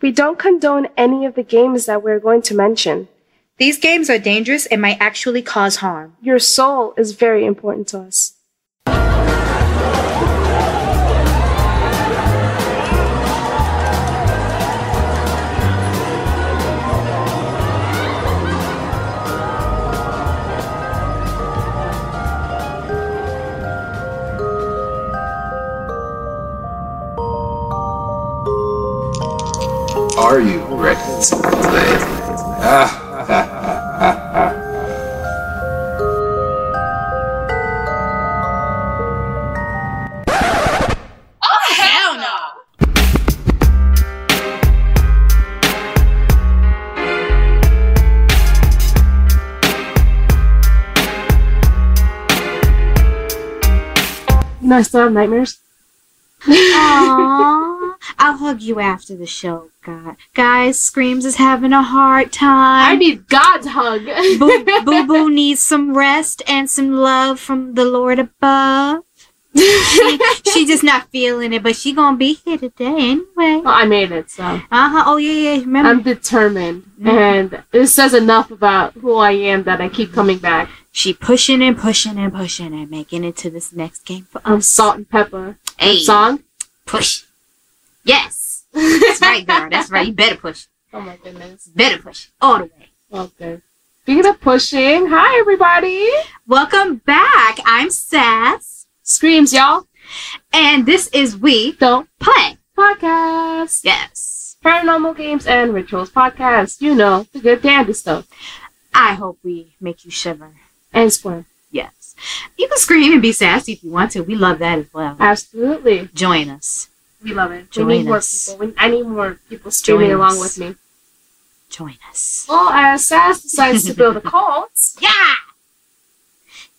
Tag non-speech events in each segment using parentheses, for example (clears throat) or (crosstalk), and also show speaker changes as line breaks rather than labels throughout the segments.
We don't condone any of the games that we're going to mention.
These games are dangerous and might actually cause harm.
Your soul is very important to us.
Are you ready to play? Ah, ha, ha, ha, ha.
Oh, hell no.
You know, I still have nightmares.
Aww. I'll hug you after the show, God. Guys, Screams is having a hard
I
time.
need God's hug.
Boo Boo Boo needs some rest and some love from the Lord above. she, she just not feeling it, but she gonna be here today anyway.
(laughs) well, I made it, so
Uh huh. Oh yeah, yeah. Remember?
I'm determined,
Mm-hmm.
Mhm.
and it says enough about who I am that I keep coming back.
she pushing and pushing and pushing and making it to this next game for
I'm
us.
salt and pepper.
Hey,
Song.
push. Yes. That's right, girl. That's right. You better push.
(laughs) Oh my goodness.
Better push. All the way.
Okay. Speaking of pushing, hi everybody.
Welcome back. I'm Sass,
Screams, y'all.
And this is We
Don't
Play.
podcast.
Yes.
Paranormal games and rituals podcast. You know the good dandy stuff
I hope we make you shiver.
and squirm.
Yes. You can scream and be sassy if you want to. We love that as well.
Absolutely.
Join us.
We love it.
Join
we need more
us.
people. We, I need more people streaming
Join
along with
us.
me.
Join us.
Well, as Sass decides to build a cult,
Yeah.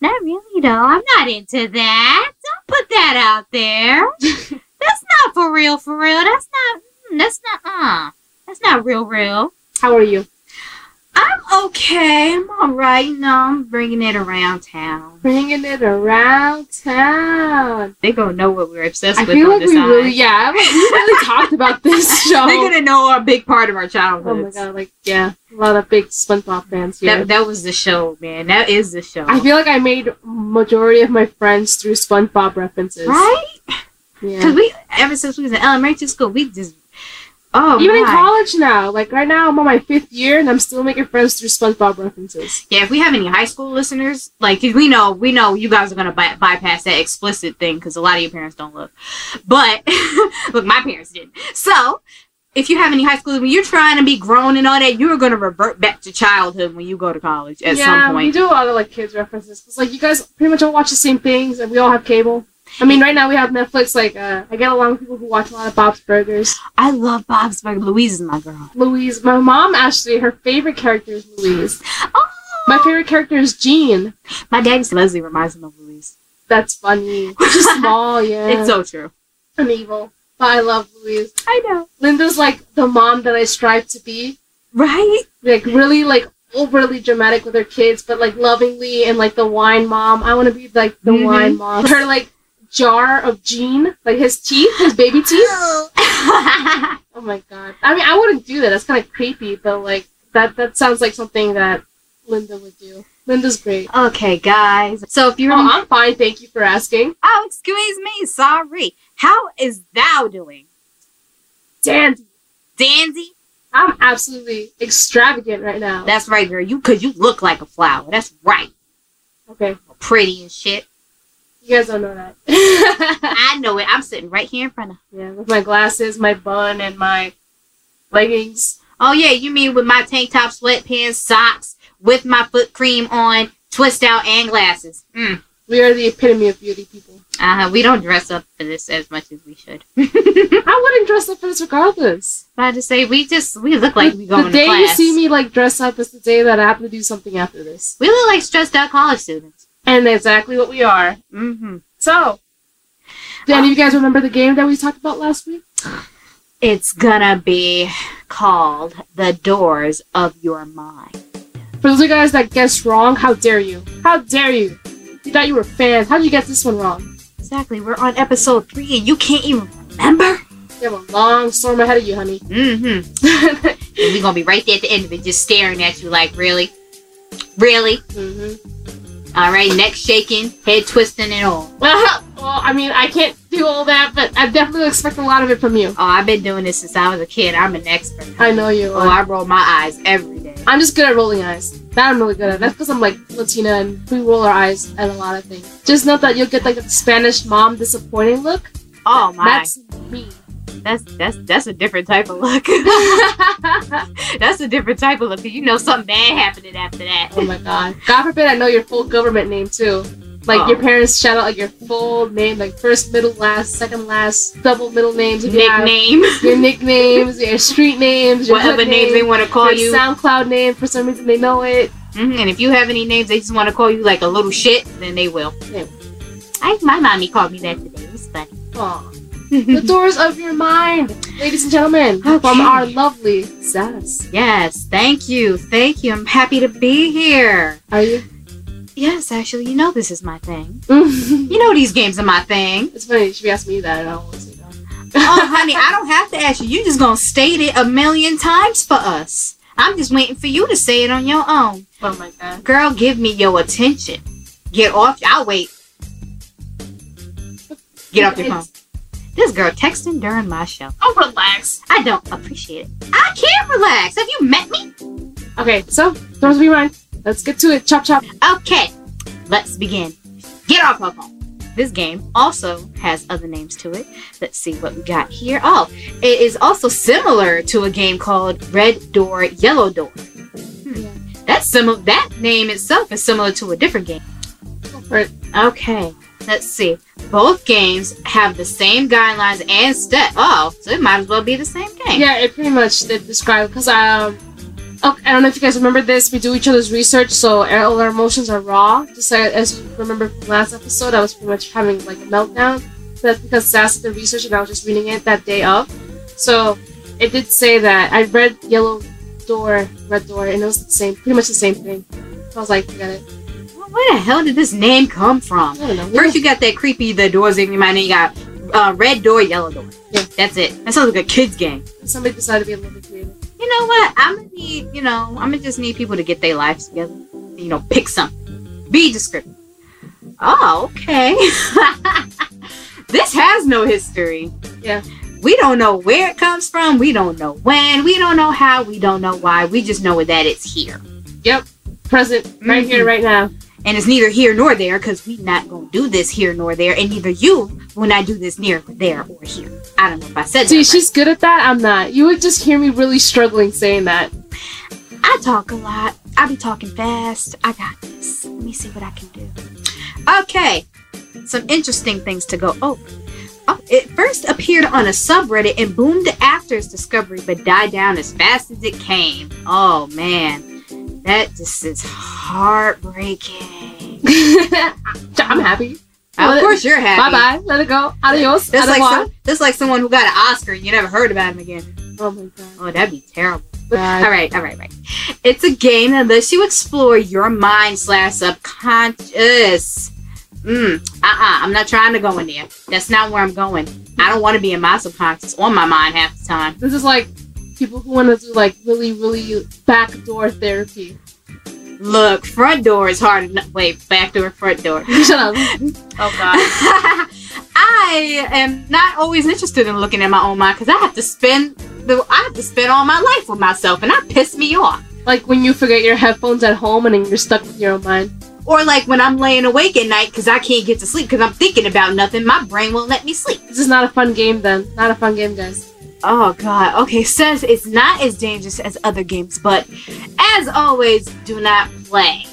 Not really, though. I'm not into that. Don't put that out there. that's not for real, for real. That's not, mm, that's not, uh, that's not real, real.
(laughs) how are you?
I'm okay. I'm all right. You know, I'm bringing it around town.
Bringing it around town.
They gonna know what we're obsessed
I
with
feel
on
like
this
we
island.
really, yeah, we
(laughs)
really talked about this (laughs) show.
They're gonna know a big part of our
Oh my
childhood.
god, like yeah, a lot of big SpongeBob fans here.
that, that was the show, man. That is the show.
I feel like I made majority of my friends through SpongeBob references.
right? Because
Yeah.
we, ever since we was in elementary school, we just, oh
Even
my.
in college now, like right now, I'm on my fifth year and I'm still making friends through SpongeBob references.
Yeah, if we have any high school listeners, like 'cause we know, we know you guys are gonna by- bypass that explicit thing because a lot of your parents don't look. But (laughs) look, my parents did. So if you have any high school, when you're trying to be grown and all that, you are gonna revert back to childhood when you go to college at
yeah,
some
we
point.
do a lot of like kids references. 'cause, like you guys pretty much all watch the same things, and we all have cable. I mean, right now we have Netflix. Like, uh, I get along with people who watch a lot of Bob's Burgers.
I love Bob's Burgers. Louise is my girl.
Louise, my mom actually, her favorite character is Louise.
Oh,
My favorite character is Jean.
my daddy said Leslie reminds him of Louise.
That's funny.
(laughs)
She's small, yeah.
It's so true.
I'm evil, but I love Louise.
I know,
Linda's like the mom that I strive to be,
(laughs) right?
like really like overly dramatic with her kids, but like lovingly and like the wine mom. I want to be like the
Mhm.
wine mom. Her like jar of Gene, like his teeth, his baby teeth. Oh my god! I mean, I wouldn't do that. That's kind of creepy, but like that that sounds like something that Linda would do. Linda's great.
okay, guys. So if you're
Oh, I'm fine. Thank you for asking.
Oh, excuse me. Sorry. How is thou doing?
Dandy,
Dandy?
I'm absolutely extravagant right now.
That's right, girl. You cause you look like a flower. That's right.
Okay,
Pretty and shit.
you guys don't know that.
(laughs) I know it. I'm sitting right here in front of
Yeah, with my glasses, my bun, and my leggings.
Oh yeah, you mean with my tank top, sweatpants, socks, with my foot cream on, twist out and glasses. Mm.
We are the epitome of beauty people.
Uh, we don't dress up for this as much as we should.
I wouldn't dress up for this regardless.
But I just say we just we look like
the,
we going
the day
to
you
class.
see me like dress up is the day that I have to do something after this.
We look like stressed out college students.
And that's exactly what we are.
Mm-hmm.
So, uh, do any of you guys remember the game that we talked about last week?
It's gonna be called the doors of your mind.
For those of you guys that guessed wrong, how dare you? How dare you? You thought you were fans. How did you get this one wrong?
Exactly. We're on episode three and you can't even remember.
You have a long storm ahead of you, honey. (laughs)
Mm-hmm.
mm-hmm. (laughs)
And we're gonna be right there at the end of it, just staring at you like, really? Really? Alright, neck shaking, head twisting and all.
well, I mean, I can't do all that, but I definitely expect a lot of it from you.
Oh, I've been doing this since I was a kid. I'm an expert.
I know you.
Oh,
Are.
I roll my eyes every day.
I'm just good at rolling eyes. That I'm really good at. That's because I'm like Latina and we roll our eyes at a lot of things. Just note that you'll get like a Spanish mom disappointing look.
Oh my,
That's me. (laughs)
that's that's that's a different type of look. (laughs)
oh
that's a different type of look. 'cause You know something bad happening after that.
my god. God forbid I know your full government name too. Like your
Oh.
parents shout out like your full name, like first, middle, last, second, last, double middle names. If you have.
Nickname,
your nicknames, your street names, your
whatever
hood
names they
name,
want to call
your
you.
SoundCloud name. For some reason, they know it.
Mhm, And if you have any names they just want to call you like a little shit, then they will.
Yeah.
I my mommy called me that today. It was funny.
Aw. the (laughs) doors of your mind, ladies and gentlemen, from
Okay.
our lovely Sass.
yes, thank you, thank you. I'm happy to be here.
Are you?
(laughs) Yes, actually, you know this is my thing.
it's
You know these games are my thing.
funny. She asked me that, and I always say
oh, honey, I don't have to ask you. You just gonna state it a million times for us. I'm just waiting for you to say it on your own.
Oh my god.
Girl, give me your attention. Get off. I'll wait. Get off your phone. This girl texting during my show.
Oh, relax.
I don't appreciate it. I can't relax. Have you met me?
Okay, so doors of your mind. Let's get to it. Chop chop.
Okay, let's begin. Get off her phone. This game also has other names to it. Let's see what we got here. Oh, it is also similar to a game called Red Door, Yellow Door. Hmm.
Yeah.
That's similar. That name itself is similar to a different game.
Go for it.
Okay, let's see. Both games have the same guidelines and step. Oh, so it might as well be the same game.
Yeah, it pretty much did describe because um, okay, I don't know if you guys remember this. We do each other's research, so all our emotions are raw. Just like, as you remember from last episode, I was pretty much having like a meltdown. That's because Sass did the research, and I was just reading it that day of. So it did say that I read Yellow Door, Red Door, and it was the same, pretty much the same thing. I was like, forget it.
Where the hell did this name come from?
I don't know.
First, you got that creepy, the doors in your mind, and you got uh, red door, yellow door.
Yeah.
That's it. That sounds like a kid's game.
Somebody decided to be a little bit creative.
You know what? I'm gonna need, you know, I'm gonna just need people to get their lives together. You know, pick something. Be descriptive. Oh, okay. (laughs) this has no history.
Yeah.
We don't know where it comes from. We don't know when. We don't know how. We don't know why. We just know that it's here.
Present, right here, right now.
And it's neither here nor there because we not gonna do this here nor there, and neither you will not do this near there or here. I don't know if I said
See,
that. right.
she's good at that. I'm not. You would just hear me really struggling saying that.
I talk a lot. I be talking fast. I got this. Let me see what I can do. Okay, some interesting things to go over. Oh, it first appeared on a subreddit and boomed after its discovery, but died down as fast as it came. Oh man, that just is
(laughs)
heartbreaking.
I'm happy. Well,
of course, you're happy.
Bye bye. Let it go. Adios.
That's like
Adewa.
some, that's like someone who got an Oscar and you never heard about him again.
Oh my god.
Oh, that'd be terrible.
Bad.
All right, all right, right. It's a game that lets you explore your mind slash subconscious. Mm, uh uh-uh, uh, i am not trying to go in there. That's not where I'm going. I don't want to be in my subconscious or my mind half the time.
This is like people who want to do like really, really backdoor therapy. (laughs)
Look, front door is hard enough. Wait, back door, front door. (laughs)
Shut up. (laughs) oh god.
I am not always interested in looking at my own mind because I have to spend the I have to spend all my life with myself and that pissed me off.
Like when you forget your headphones at home and then you're stuck with your own mind.
Or like when I'm laying awake at night because I can't get to sleep because I'm thinking about nothing, my brain won't let me sleep.
This is not a fun game then. Not a fun game, guys.
Oh god. Okay, says it's not as dangerous as other games, but as always, do not play.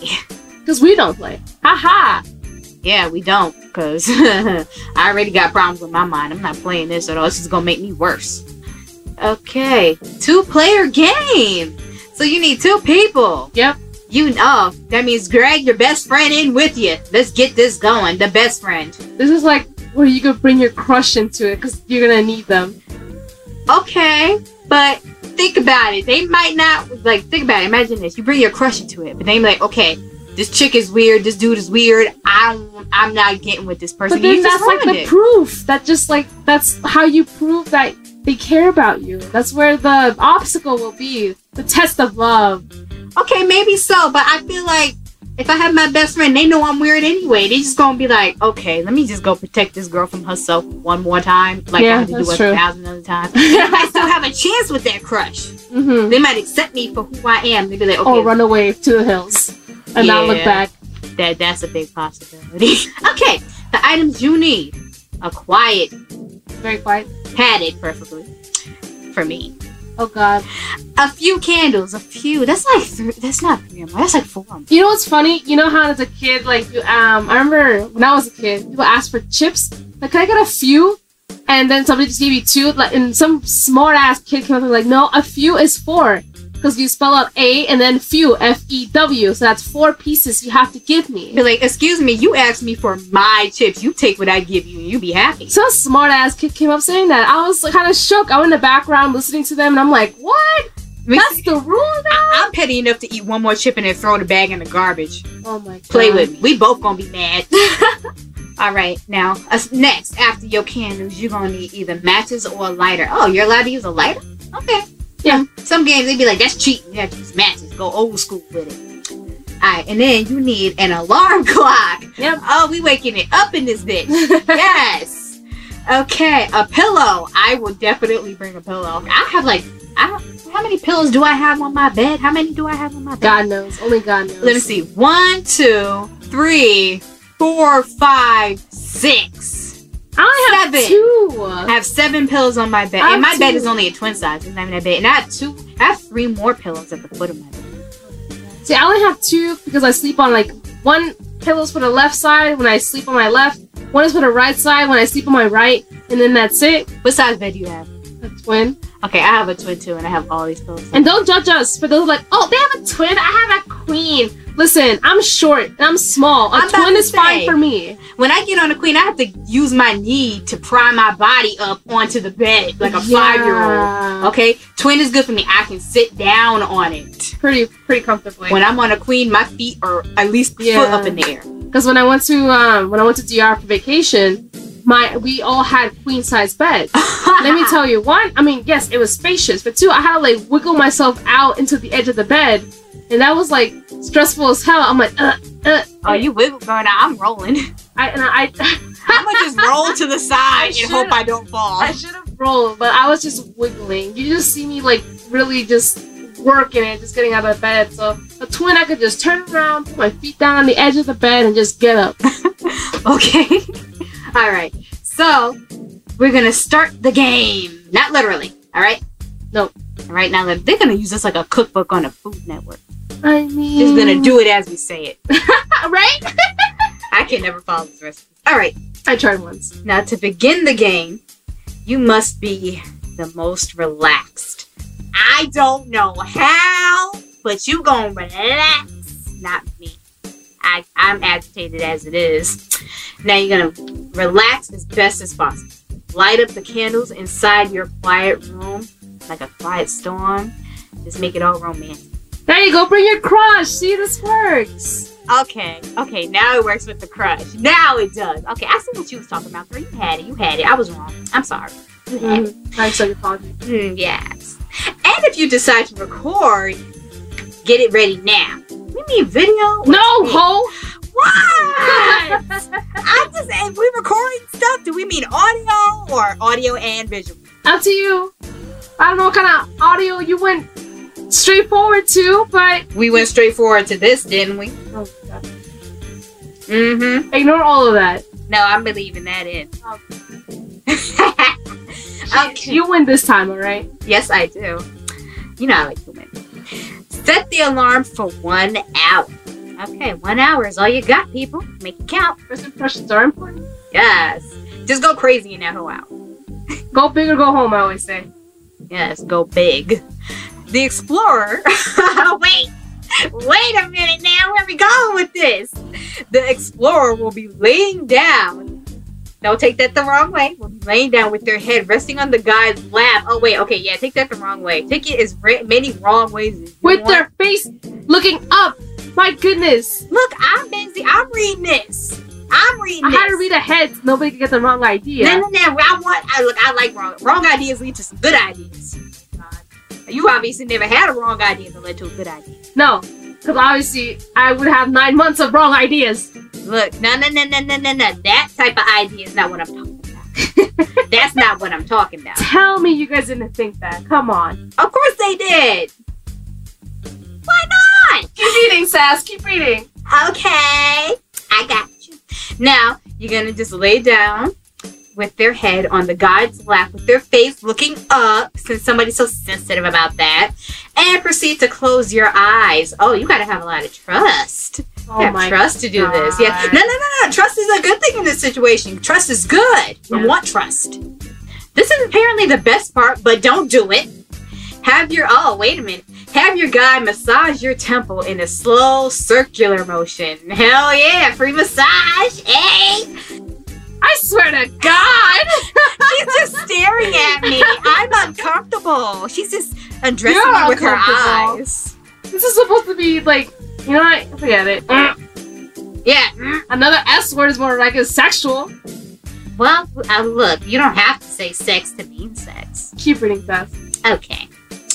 Because we don't play. Haha.
Yeah, we don't, cause (laughs) I already got problems with my mind. I'm not playing this at all. It's just gonna make me worse. Okay, two-player game. So you need two people.
Yep.
You know that means drag your best friend in with you. Let's get this going. The best friend.
This is like where you could bring your crush into it because you're gonna need them.
okay, but think about it. They might not like think about it. Imagine this: you bring your crush into it, but they be like, okay, this chick is weird. This dude is weird. I don't, I'm not getting with this person.
But
And you
then
just
that's like
ruined
the
it.
proof. That just like that's how you prove that They care about you. That's where the obstacle will be. The test of love.
Okay, maybe so, but I feel like if I have my best friend, they know I'm weird anyway. They just gonna be like, okay, let me just go protect this girl from herself one more time, like
Yeah,
I have to do
that's
a
true.
thousand
(laughs)
other times. I might still have a chance with that crush.
Mm-hmm.
They might accept me for who I am. They be like, okay,
Or run away to the hills and not look
Yeah.
back.
that that's a big possibility. (laughs) okay, the items you need: a quiet,
Very quiet.
padded, preferably for me.
Oh God.
A few candles, a few. That's like three. That's not three or more. That's like four. or more.
You know what's funny? You know how as a kid, like you, um, I remember when I was a kid, people asked for chips. Like, can I get a few? And then somebody just gave you two. Like, and some smart ass kid came up and was like, no, a few is four, because you spell out a and then few, F E W. So that's four pieces you have to give
Be
me.
like, excuse me, you asked me for my chips. You take what I give you, and you be happy.
Some smart ass kid came up saying that. I was kind of shook. I was in the background listening to them, and I'm like, what? That's the rule now?
I- I'm petty enough to eat one more chip and then throw the bag in the garbage.
Oh my god.
Play with me. We both gonna be
(laughs)
mad. All right, now us next after your candles, you're gonna need either matches or a lighter. Oh, you're allowed to use a lighter? Okay.
Yeah.
Some games they be like, that's cheating. You have to use matches. Go old school with it. All right, and then you need an alarm (laughs) clock.
Yep.
Oh, we waking it up in this bitch.
(laughs)
yes. Okay, a pillow. I will definitely bring a pillow. I have like, I don't, how many pillows do I have on my bed? How many do I have on my bed?
God knows. Only God knows.
Let me see. One, two, three, four, five, six.
I have
Seven.
two.
I have seven pillows on my bed,
I
and my
have
bed
two.
is only a twin size. It's not even that big. And I have two. I have three more pillows at the foot of my bed.
See, I only have two because I sleep on like one pillow's for the left side when I sleep on my left, one is for the right side when I sleep on my right, and then that's it.
What size bed do you have?
A twin.
Okay, I have a twin too, and I have all these pillows.
And don't judge us for those like, oh, they have a twin. I have a queen. Listen, I'm short and I'm small. A
I'm about
twin
to
is fine
say.
for me.
When I get on a queen, I have to use my knee to pry my body up onto the bed like a
Yeah.
five-year-old. Okay, twin is good for me. I can sit down on it.
Pretty, pretty comfortably.
When I'm on a queen, my feet are at least
Yeah.
foot up in the air.
Because when I went to um, when I went to DR for vacation, my we all had queen size beds. Let
(laughs)
me tell you, one, I mean, yes, it was spacious, but two, I had to like wiggle myself out into the edge of the bed, and that was like stressful as hell. I'm like, uh, uh,
Oh, you wiggle, girl. Now I'm (laughs) rolling.
I, and I, (laughs)
I'm gonna just roll to the side
I
and hope
should-
I don't fall.
I
(laughs)
should have rolled, but I was just wiggling. You just see me like really just working and just getting out of bed. So a twin, I could just turn around, put my feet down on the edge of the bed, and just get
(laughs)
up.
Okay. (laughs) All right. So we're gonna start the game. Not literally. All right.
Nope.
All right. Now they're gonna use this like a cookbook on a Food Network.
I mean,
Just gonna do it as we say it.
(laughs) right.
I can never follow this recipe. All right.
I tried once.
Now to begin the game, you must be the most relaxed. I don't know how, but you gonna relax, not me. I, I'm agitated as it is. Now you're gonna relax as best as possible. Light up the candles inside your quiet room, like a quiet storm. Just make it all romantic.
There you go. Bring your crush. See, this works.
Okay, okay, now it works with the crush. Now it does. Okay, I see what you was talking about, girl. You had it, you had it. I was wrong. I'm sorry. You had it.
I accept your apology.
Mm, yes. And if you decide to record, get it ready now. We mean video?
No, ho.
Why? I just, if we recording stuff, do we mean audio or audio and visual?
up to you. I don't know what kind of audio you went straight forward to, but
We went straight forward to this, didn't we? Mm hmm.
ignore all of that.
No, I'm believing that in. okay.
You win this time, all right?
(laughs) Yes, I do. You know I like to win. Set the alarm for one hour. Okay, one hour is all you got, people. Make it count.
First impressions are important.
Yes. Just go crazy in that whole hour.
Go big or go home, I always say.
Yes, go big. The Explorer. (laughs) wait. Wait a minute now. Where we going with this? The Explorer will be laying down. Don't take that the wrong way. Will be laying down with their head resting on the guy's lap. Oh wait, okay, yeah, take that the wrong way. Take it as ra- many wrong ways. as you
With
want.
their face looking up. My goodness.
look, I'm busy. I'm reading this. I'm reading
I
this.
had to read ahead so nobody could get the wrong idea.
No, no, no. I want. I look. I like wrong. Wrong ideas lead to some good ideas. God. You obviously never had a wrong idea that led to a good idea.
No, because obviously I would have nine months of wrong ideas.
Look, no, no, no, no, no, no, no. That type of idea is not what I'm talking about. (laughs) That's not what I'm talking about.
Tell me you guys didn't think that. Come on.
Of course they did. Why not?
Keep reading, Sass. Keep reading.
Okay, I got you. Now you're gonna just lay down with their head on the god's lap, with their face looking up, since somebody's so sensitive about that, and proceed to close your eyes. Oh, you gotta have a lot of trust.
Oh
have
my
trust to do this. Yeah.
God.
No, no, no, no. Trust is a good thing in this situation. Trust is good.
Yeah.
We want trust. This is apparently the best part, but don't do it. Have your oh wait a minute. Have your guy massage your temple in a slow circular motion. Hell yeah, free massage. Hey,
I swear to God.
she's just staring at me. I'm uncomfortable. She's just addressing
You're
me with her
uncomfortable.
eyes.
This is supposed to be like, you know what? Forget it. (clears throat) Mm.
Yeah. mm.
Another S word is more like a sexual.
Well, uh, look, you don't have to say sex to mean sex.
Keep reading, Sass.
Okay.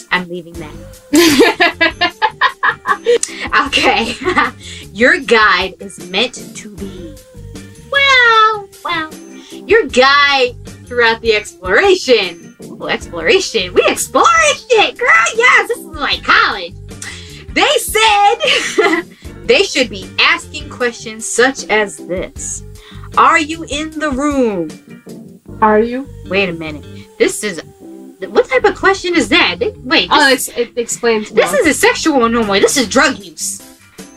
I'm leaving that. Okay. (laughs) your guide is meant to be. Well, well. Your guide throughout the exploration. Ooh, exploration. We explored shit, girl. Yes, this is like college. They said (laughs) they should be asking questions such as this Are you in the room?
Are you?
Wait a minute. This is. What type of question is that? They- Wait.
Oh,
this-
it's, it explains more.
this is a sexual no more. This is drug use.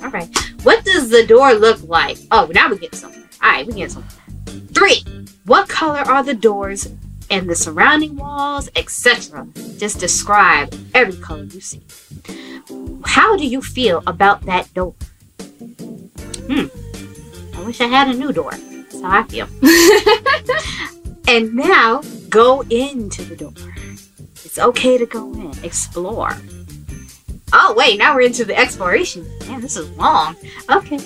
All right. What does the door look like? Oh, now we get somewhere. All right, we get somewhere. Three. What color are the doors and the surrounding walls, etc.? Just describe every color you see. How do you feel about that door? Hmm. I wish I had a new door. That's how I feel. and now go into the door. It's okay to go in. Explore. Oh, wait, now we're into the exploration. Man, this is long. Okay.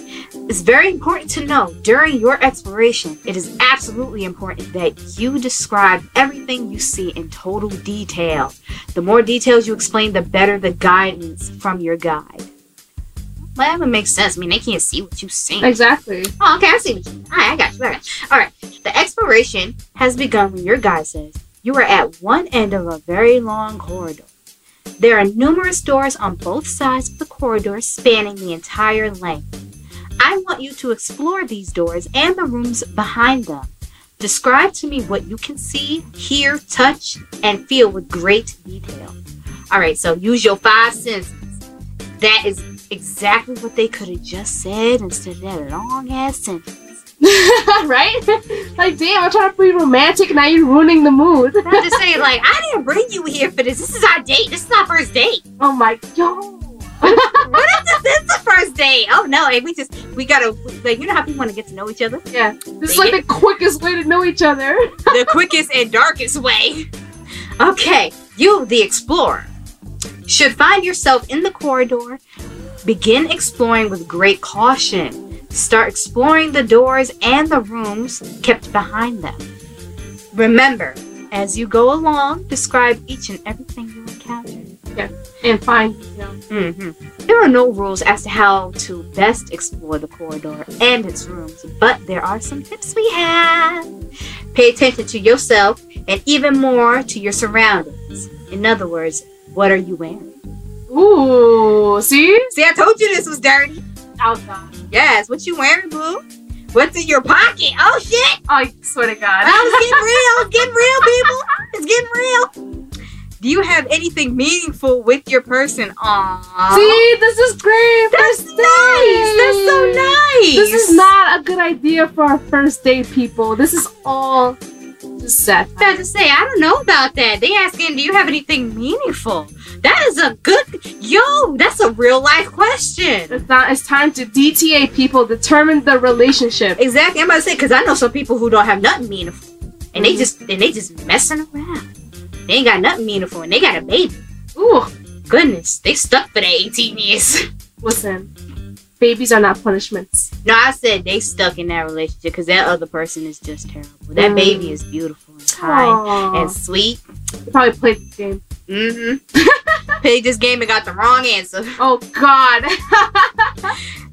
It's very important to know during your exploration, it is absolutely important that you describe everything you see in total detail. The more details you explain, the better the guidance from your guide. Well, that would make sense. I mean, they can't see what you see.
Exactly.
Oh, okay, I see what you mean. All right, I got you. I got you. All right, the exploration has begun when your guide says you are at one end of a very long corridor. There are numerous doors on both sides of the corridor spanning the entire length. I want you to explore these doors and the rooms behind them. Describe to me what you can see, hear, touch, and feel with great detail. All right, so use your five senses. That is exactly what they could have just said instead of that long ass sentence.
right? like, damn, I'm trying to be romantic. Now you're ruining the mood.
I'm just saying, like, I didn't bring you here for this. This is our date. This is our first date.
Oh my yo.
(laughs) What if this is the first date? Oh no, like, we just we gotta like you know how people want to get to know each other
This is like the quickest way to know each other.
the quickest and darkest way. Okay, you, the explorer, should find yourself in the corridor. Begin exploring with great caution. Start exploring the doors and the rooms kept behind them. Remember, as you go along, describe each and everything you encounter.
And find, you know.
Mm-hmm. There are no rules as to how to best explore the corridor and its rooms, but there are some tips we have. Pay attention to yourself and even more to your surroundings. In other words, what are you wearing?
Ooh, see?
See, I told you this was dirty.
Out God.
Yes, what you wearing, boo? What's in your pocket? Oh shit!
I swear to God.
I was getting real. It's getting real, people. It's getting real. Do you have anything meaningful with your person?
(laughs)
Aww.
See, this is great.
That's
First
nice.
date.
That's so nice.
This is not a good idea for our first date, people. This is all just set.
I was about to say, I don't know about that. They asking, do you have anything meaningful? That is a good, yo, that's a real life question.
It's not. It's time to DTA people determine the relationship.
Exactly, I'm about to say, because I know some people who don't have nothing meaningful, and they just and they just messing around. They ain't got nothing meaningful, and they got a baby.
Ooh,
Goodness, they stuck for their 18 years.
listen. babies are not punishments.
(laughs) No, I said they stuck in that relationship because that other person is just terrible. That
Mm.
baby is beautiful and kind
Aw.
and sweet.
They probably played the game.
Mm-hmm. (laughs) Played this game and got the wrong answer.
Oh God. (laughs)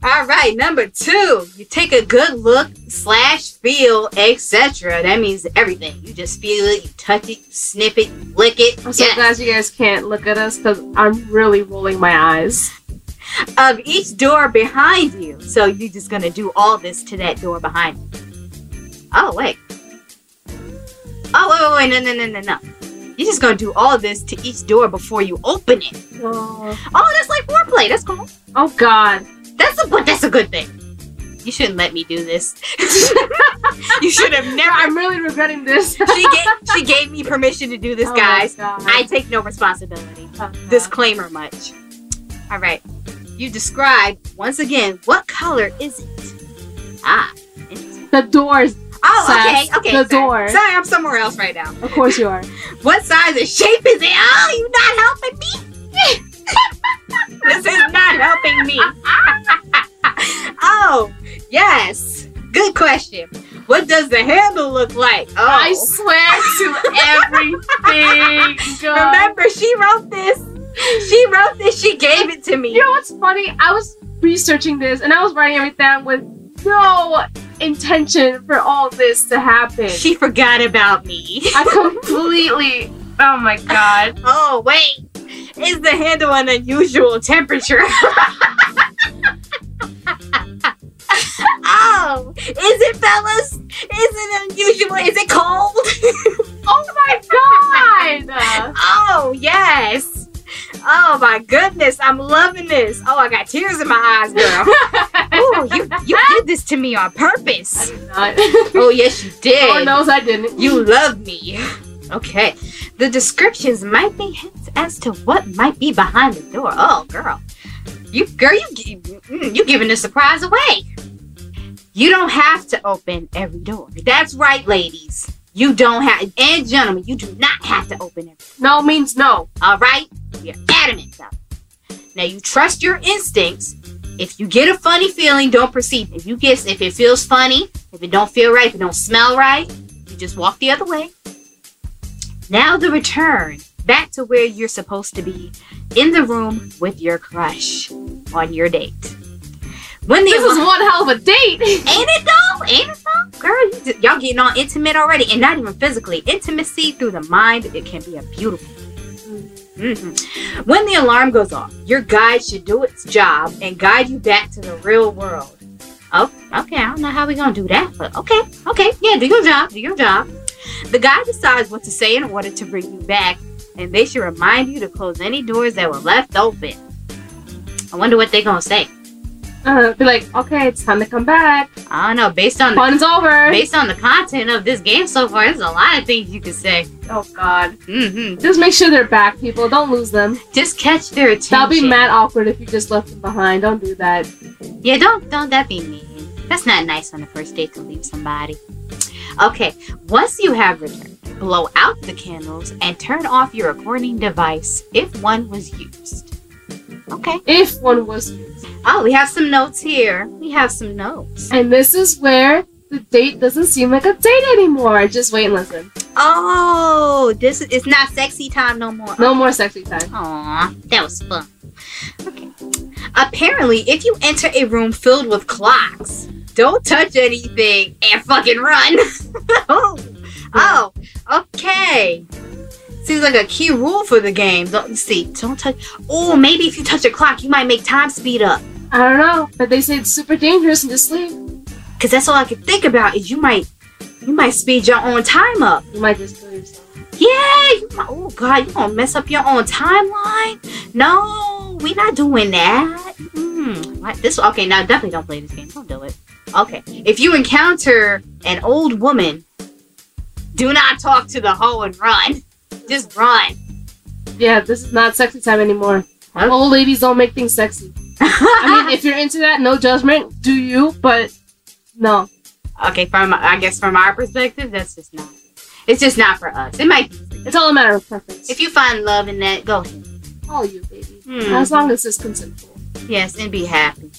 All right, number two. You take a good look, slash, feel, etc. That means everything. You just feel it, you touch it, you sniff it, you lick it.
I'm so
Yes.
glad you guys can't look at us because I'm really rolling my eyes.
Of each door behind you. So you're just gonna do all this to that door behind you. Oh wait. Oh wait, wait, wait, no, no, no, no, no. You're just gonna do all this to each door before you open it.
Oh,
Oh, that's like foreplay. That's cool.
oh God.
That's a but that's a good thing. You shouldn't let me do this. (laughs) you should have never.
I'm really regretting this. (laughs)
she gave she gave me permission to do this,
Oh,
guys.
God.
I take no responsibility.
Oh, God.
Disclaimer much. All right. You describe once again what color is it? Ah. interesting.
the doors.
Oh,
Sass,
okay, okay.
the
sorry.
door.
Sorry, I'm somewhere else right now.
Of course you are.
What size and shape is it? Oh, you're not helping me. (laughs) this is not helping me. (laughs) oh, yes. Good question. What does the handle look like? Oh,
I swear to everything. God.
(laughs) Remember, she wrote this. She wrote this. She gave it to me.
You know what's funny? I was researching this and I was writing everything with no intention for all this to
(laughs)
happen.
She forgot about me.
I completely. Oh my god.
Oh, wait. Is the handle an unusual temperature? (laughs) oh, is it, fellas? Is it unusual? Is it cold? (laughs)
Oh my god.
Oh, yes. Oh, my goodness. I'm loving this. Oh, I got tears in my eyes, girl. (laughs) Ooh, you, you did this to me on
I
purpose.
did not.
Oh, yes, you did.
Lord knows I didn't.
You love me. Okay. The descriptions might be hints as to what might be behind the door. Oh, girl. You girl, you gi- mm, you giving the surprise away. You don't have to open every door. That's right, ladies. You don't have and gentlemen, you do not have to open every
No means no.
all right? You're adamant about it. Now you trust your instincts. If you get a funny feeling, don't proceed. If you guess, if it feels funny, if it don't feel right, if it don't smell right, you just walk the other way. Now the return back to where you're supposed to be in the room with your crush on your date. When the
This is one hell of a
(laughs)
date.
Ain't it though? Ain't it though? Girl, you just, y'all getting all intimate already, and not even physically. Intimacy through the mind, it can be a beautiful. hmm When the alarm goes off, your guide should do its job and guide you back to the real world. Oh, okay. I don't know how we gonna do that, but okay, okay, yeah, do your job, do your job. The guide decides what to say in order to bring you back, and they should remind you to close any doors that were left open. I wonder what they gonna say.
Uh, be like, okay, it's time to come back.
I don't know. Based on the
Fun's over.
Based on the content of this game so far, there's a lot of things you could say.
Oh god.
hmm
Just make sure they're back, people. Don't lose them.
Just catch their attention.
That'll be mad awkward if you just left them behind. Don't do that.
Yeah, don't don't that be mean. That's not nice on the first date to leave somebody. Okay, once you have returned, blow out the candles and turn off your recording device if one was used. Okay.
If one was
Oh, we have some notes here. We have some notes.
And this is where the date doesn't seem like a date anymore. Just wait and listen.
Oh, this is it's not sexy time no more.
No more sexy time.
Aw, that was fun. Okay. Apparently, if you enter a room filled with clocks, don't touch anything and fucking run. (laughs) oh, oh, okay. Seems like a key rule for the game. Don't let's see. Don't touch. Oh, maybe if you touch a clock, you might make time speed up.
I don't know, but they say it's super dangerous and just leave.
Cause that's all I could think about is you might, you might speed your own time up.
You might just kill yourself.
Yeah, you might, oh god, you gonna mess up your own timeline? No, we not doing that. Mm, what, this okay? Now definitely don't play this game. Don't do it. Okay, if you encounter an old woman, do not talk to the hoe and run. Just run.
Yeah, this is not sexy time anymore.
Huh?
Old ladies don't make things sexy. I
(laughs)
mean, if you're into that, no judgment. Do you? But no.
okay, from I guess from our perspective, that's just not. It's just not for us. It might.
It's all a matter of preference.
If you find love in that, go ahead.
all you, baby.
Hmm.
As long as it's consensual.
Yes, and be happy.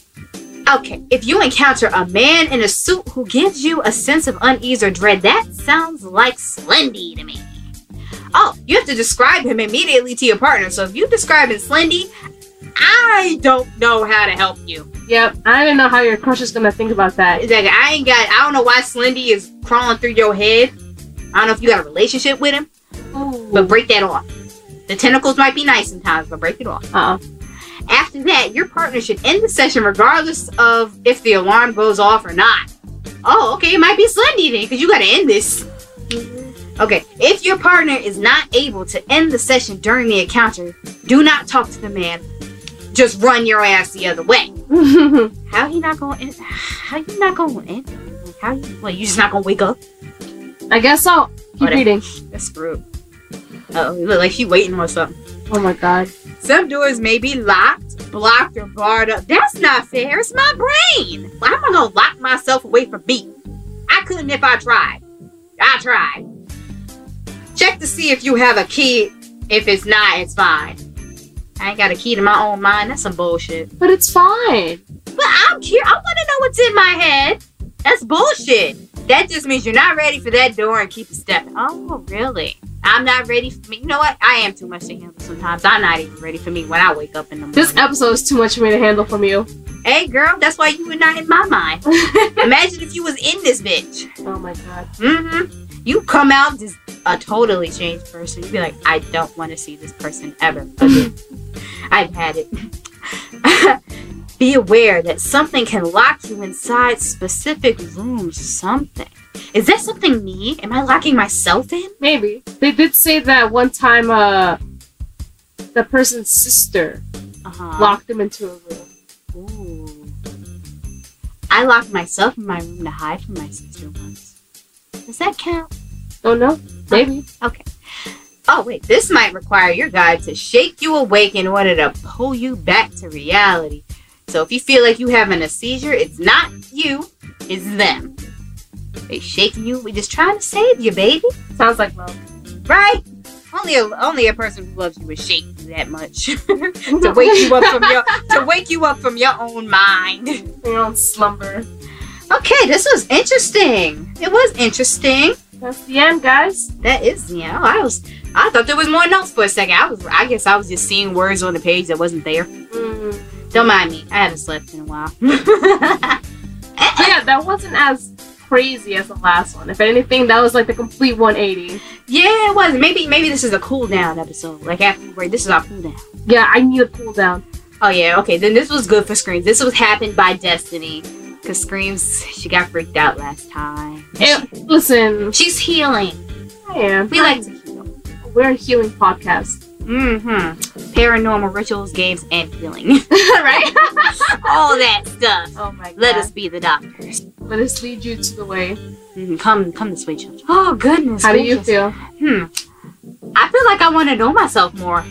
Okay, if you encounter a man in a suit who gives you a sense of unease or dread, that sounds like Slendy to me. Oh, you have to describe him immediately to your partner. So if you describe him Slendy, I don't know how to help you.
Yep. I don't even know how your crush is gonna think about that.
It's like I ain't got. I don't know why Slendy is crawling through your head. I don't know if you got a relationship with him, but break that off. The tentacles might be nice sometimes, but break it off.
Uh-oh.
After that, your partner should end the session regardless of if the alarm goes off or not. Oh, okay, it might be Slendy then, because you gotta end this. Okay, if your partner is not able to end the session during the encounter, do not talk to the man. Just run your ass the other way.
Uh-uh. (laughs)
How he not gonna end? How you not gonna end? it? Like, how you? Well, you just not gonna wake up?
I guess so. Keep
Whatever.
reading.
That's screwed. Oh, look like she waiting on something.
Oh my god.
Some doors may be locked, blocked, or barred up. That's not fair. It's my brain. Why am I gonna lock myself away from me? I couldn't if I tried. I tried. Check to see if you have a key. If it's not, it's fine. I ain't got a key to my own mind. That's some bullshit.
But it's fine.
But I'm curious. I want to know what's in my head. That's bullshit. That just means you're not ready for that door and keep it stepping. Oh, really? I'm not ready for me. You know what? I am too much to handle sometimes. I'm not even ready for me when I wake up in the morning.
This episode is too much for me to handle from you.
Hey, girl, that's why you were not in my
(laughs)
mind. Imagine if you was in this bitch.
Oh my god.
Mm-hmm. You come out just a totally changed person. You'd be like, I don't want to see this person ever (laughs) again. I've had it. (laughs) be aware that something can lock you inside specific rooms or something. Is that something me? Am I locking myself in?
Maybe. They did say that one time uh the person's sister
Uh-huh.
locked them into a room.
Ooh. I locked myself in my room to hide from my sister once. Does that count?
Don't know? Maybe.
Oh, wait, this might require your guide to shake you awake in order to pull you back to reality. So if you feel like you having a seizure, it's not you, it's them. They shaking you. We just trying to save you, baby.
Sounds like
(laughs)
love.
Right? Only a only a person who loves you would shake you that much (laughs) to
(laughs)
wake you up from your to wake you up from your own mind.
Your own slumber.
Okay, this was interesting. It was interesting.
That's the end, guys.
That is, you know, I was, I thought there was more notes for a second. I was, I guess I was just seeing words on the page that wasn't there.
Mm.
Don't mind me. I haven't slept in a while. (laughs)
But yeah, that wasn't as crazy as the last one. If anything, that was like the complete 180.
yeah, it was. Maybe, maybe this is a cool down episode. Like after we break, this is our cool down.
Yeah, I need a cool down.
Oh yeah, okay. Then this was good for Screams. This was happened by Destiny, cause Screams she got freaked out last time.
Eh, listen,
She's healing.
I am.
We like to heal.
We're a healing podcast.
Mm-hmm. Paranormal rituals, games, and
(laughs)
healing. (laughs)
right?
All that stuff.
Oh my god.
Let us be the doctors.
Let us lead you to the way.
Mhm, Come, come this way, children. Oh goodness.
How do you
gracious.
feel?
Hmm. I feel like I want to know myself more.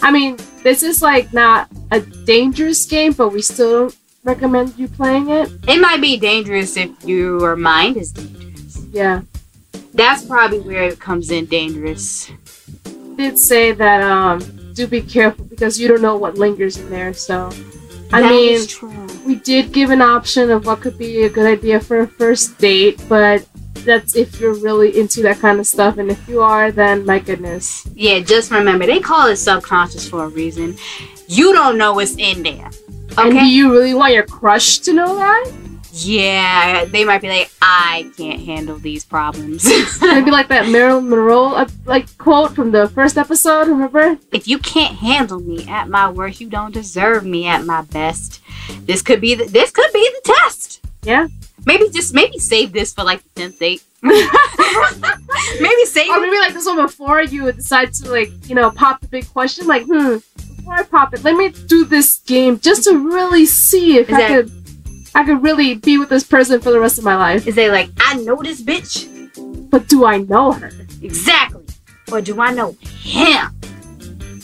I mean, this is like not a dangerous game, but we still don't recommend you playing it.
It might be dangerous if your mind is dangerous.
Yeah.
That's probably where it comes in dangerous.
Did say that um do be careful because you don't know what lingers in there, so I
That
mean
is true.
we did give an option of what could be a good idea for a first date, but that's if you're really into that kind of stuff, and if you are, then my goodness.
Yeah, just remember they call it subconscious for a reason. You don't know what's in there.
And do
Okay.
you really want your crush to know that?
yeah, they might be like, I can't handle
(laughs)
these problems. (laughs)
Maybe like that Marilyn Monroe uh, like quote from the first episode. Remember?
if you can't handle me at my worst, you don't deserve me at my best. This could be the, this could be the test.
Yeah.
Maybe just maybe save this for like the tenth
(laughs)
date. (laughs) maybe save
Or
it.
maybe like this one before you decide to like you know pop the big question. Like hmm, before I pop it, let me do this game just to really see if I
Exactly.
could. I could really be with this person for the rest of my life,
Is they like I know this bitch
but do I know her?
exactly, or do I know him?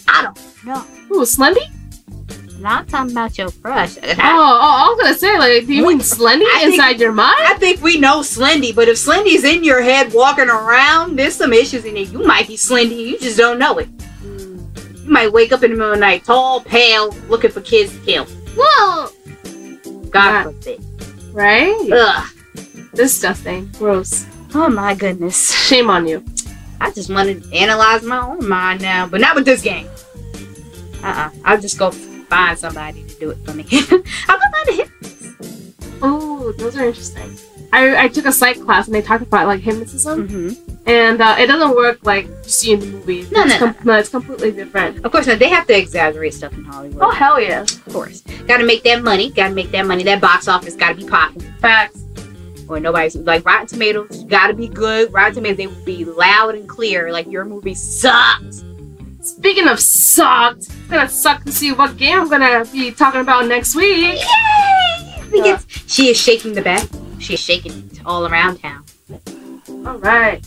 I don't know.
Ooh, Slendy?
And I'm talking about your (laughs) crush.
Oh, oh, I was gonna say, like, do you
What?
mean Slendy
I think-
inside your mind?
I think we know Slendy, but if Slendy's in your head walking around, there's some issues in it. You might be Slendy, you just don't know it. You might wake up in the middle of the night, tall, pale, looking for kids to kill.
Well,
God forbid.
Right?
Ugh.
Disgusting. Gross.
Oh my goodness.
Shame on you.
I just want to analyze my own mind now, but not with this game. Uh uh-uh. uh. i will just go find somebody to do it for me. (laughs) I'm about to hit.
Oh, those are interesting. I, I took a psych class and they talked about like hypnotism,
Mm-hmm.
and uh, it doesn't work like you see in the movies.
No,
it's
no, no.
com- no, it's completely different.
Of course, now they have to exaggerate stuff in Hollywood.
Oh hell yeah!
of course. Gotta make that money. Gotta make that money. That box office gotta be popping. Facts. Or nobody's like Rotten Tomatoes gotta be good. Rotten Tomatoes they will be loud and clear. Like your movie sucks.
Speaking of sucked, it's gonna suck to see what game I'm gonna be talking about next week.
Yay! We get- she is shaking the bat. She is shaking it all around town.
All right.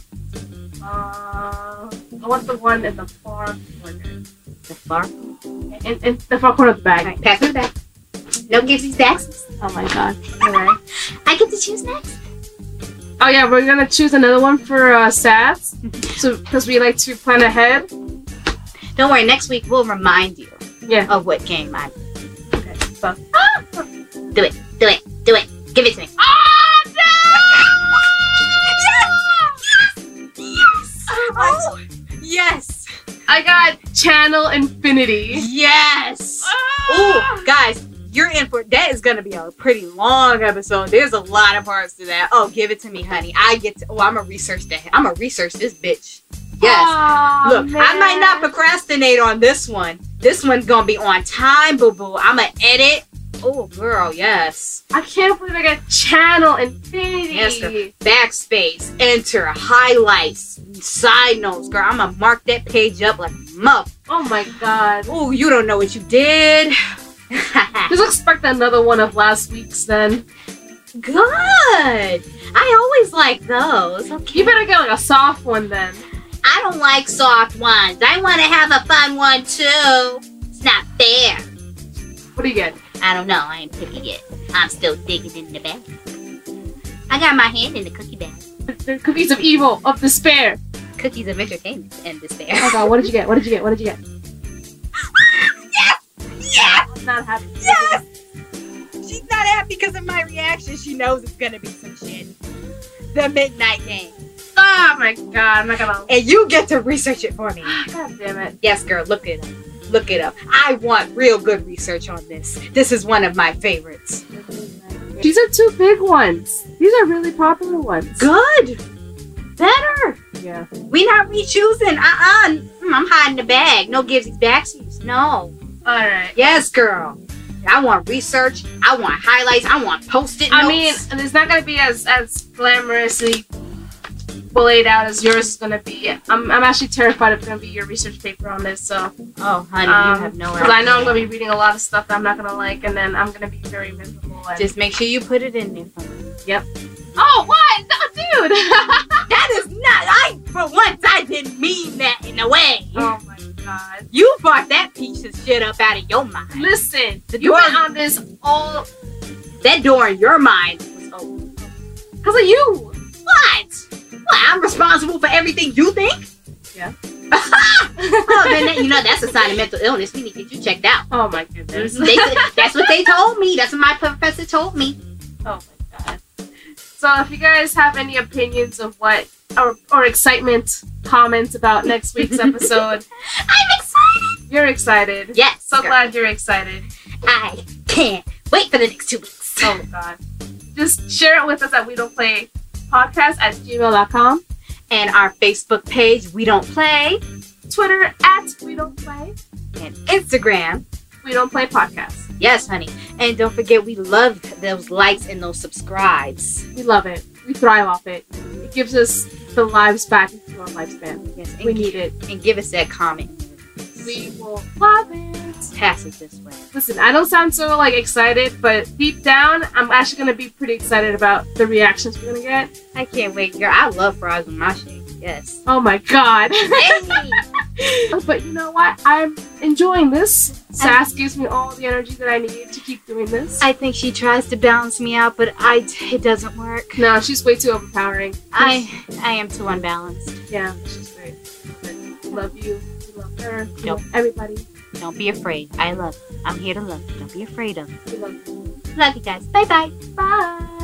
Uh, I want the one in the far corner,
The far
in, in the far corner of the bag.
Alright, pass me the back. No gives these next.
Oh my god! All right.
I get to choose next.
Oh yeah, we're gonna choose another one for uh, (laughs) Sats, so because we like to plan ahead.
Don't worry, next week we'll remind you
Yeah. Ah!
of what game I
Okay. So.
do it, do it, do it. Give it to me. Oh,
Yes! Oh, yes!
I got Channel Infinity.
Yes! Oh. Ooh, guys, you're in for that is gonna be a pretty long episode. There's a lot of parts to that. Oh, give it to me, honey. I get to oh I'ma research that. I'ma research this bitch. Yes.
Aw,
Look, I
man.
might not procrastinate on this one. This one's gonna be on time, boo boo. I'ma edit. Oh, girl, yes.
I can't believe I got Channel Infinity.
Yes, girl. Backspace, enter, highlights, side notes, girl. I'ma mark that page up like a muff.
Oh my god.
Oh, you don't know what you did. (laughs)
Just expect another one of last week's then.
Good. I always like those.
You better get like a soft one then.
I don't like soft ones. I want to have a fun one too. It's not fair.
What do you get?
I don't know. I ain't picking yet. I'm still digging in the bag. I got my hand in the cookie bag.
The cookies of evil, of despair.
Cookies of entertainment and despair.
Oh god, what did you get? What did you get? What did you get?
Yes!
I'm not happy.
Yes! She's not happy because of my reaction. She knows it's gonna be some shit. The Midnight Game.
Oh my god, I'm not gonna.
And you get to research it for me.
(sighs) God damn it.
Yes, girl, look it up. Look it up. I want real good research on this. This is one of my favorites.
These are two big ones. These are really popular ones.
Good. Better.
Yeah.
We not re-choosing. Uh-uh. Mm, I'm hiding the bag. No gives these backsies. No.
Alright.
Yes, girl. I want research. I want highlights. I want post-it notes.
I mean, it's not gonna be as as glamorously laid out as yours is gonna be. I'm, I'm actually terrified it's gonna be your research paper on this, so
oh, honey,
um,
you have no
because I
idea.
know I'm gonna be reading a lot of stuff that I'm not gonna like, and then I'm gonna be very miserable. And...
Just make sure you put it in there.
Oh, what? No, dude.
(laughs) That is not. I for once I didn't mean that in a way.
oh my god.
You brought that piece of shit up out of your mind.
Listen,
The
you
door-
went on this all
That door in your mind was open.
because of you.
What? What? I'm responsible for everything you think?
Yeah.
(laughs) well, then that, you know that's a sign of mental illness. We need to get you checked out.
Oh my goodness.
They said- that's what they told me. That's what my professor told me.
Oh my god. So if you guys have any opinions of what or, or excitement comments about next week's episode,
I'm excited.
you're excited.
Yes.
So
girl.
glad you're excited.
I can't wait for the next two weeks.
Oh god. Just share it with us at we don't play podcast at gmail.com,
And our Facebook page, we don't play,
Twitter at we don't play,
and Instagram
we don't play podcast.
Yes, honey. And don't forget, we love those likes and those subscribes.
We love it. We thrive off it. It gives us the lives back into our lifespan.
Yes, and,
We need it.
and give us that comment.
We will love it.
Pass it this way.
Listen, I don't sound so like excited, but deep down, I'm actually gonna be pretty excited about the reactions we're gonna get.
I can't wait, girl. I love fries with my shake. Yes.
Oh my god! (laughs)
Hey!
but you know what? I'm enjoying this. Sass gives me all the energy that I need to keep doing this.
(laughs) I think she tries to balance me out, but I it doesn't work.
no, she's way too overpowering.
I I am too unbalanced.
yeah, she's great. But Love you. We love her. We
Nope.
love everybody.
Don't be afraid. I love. I'm here to love. Don't be afraid of.
We love you.
Love you guys. Bye bye.
Bye.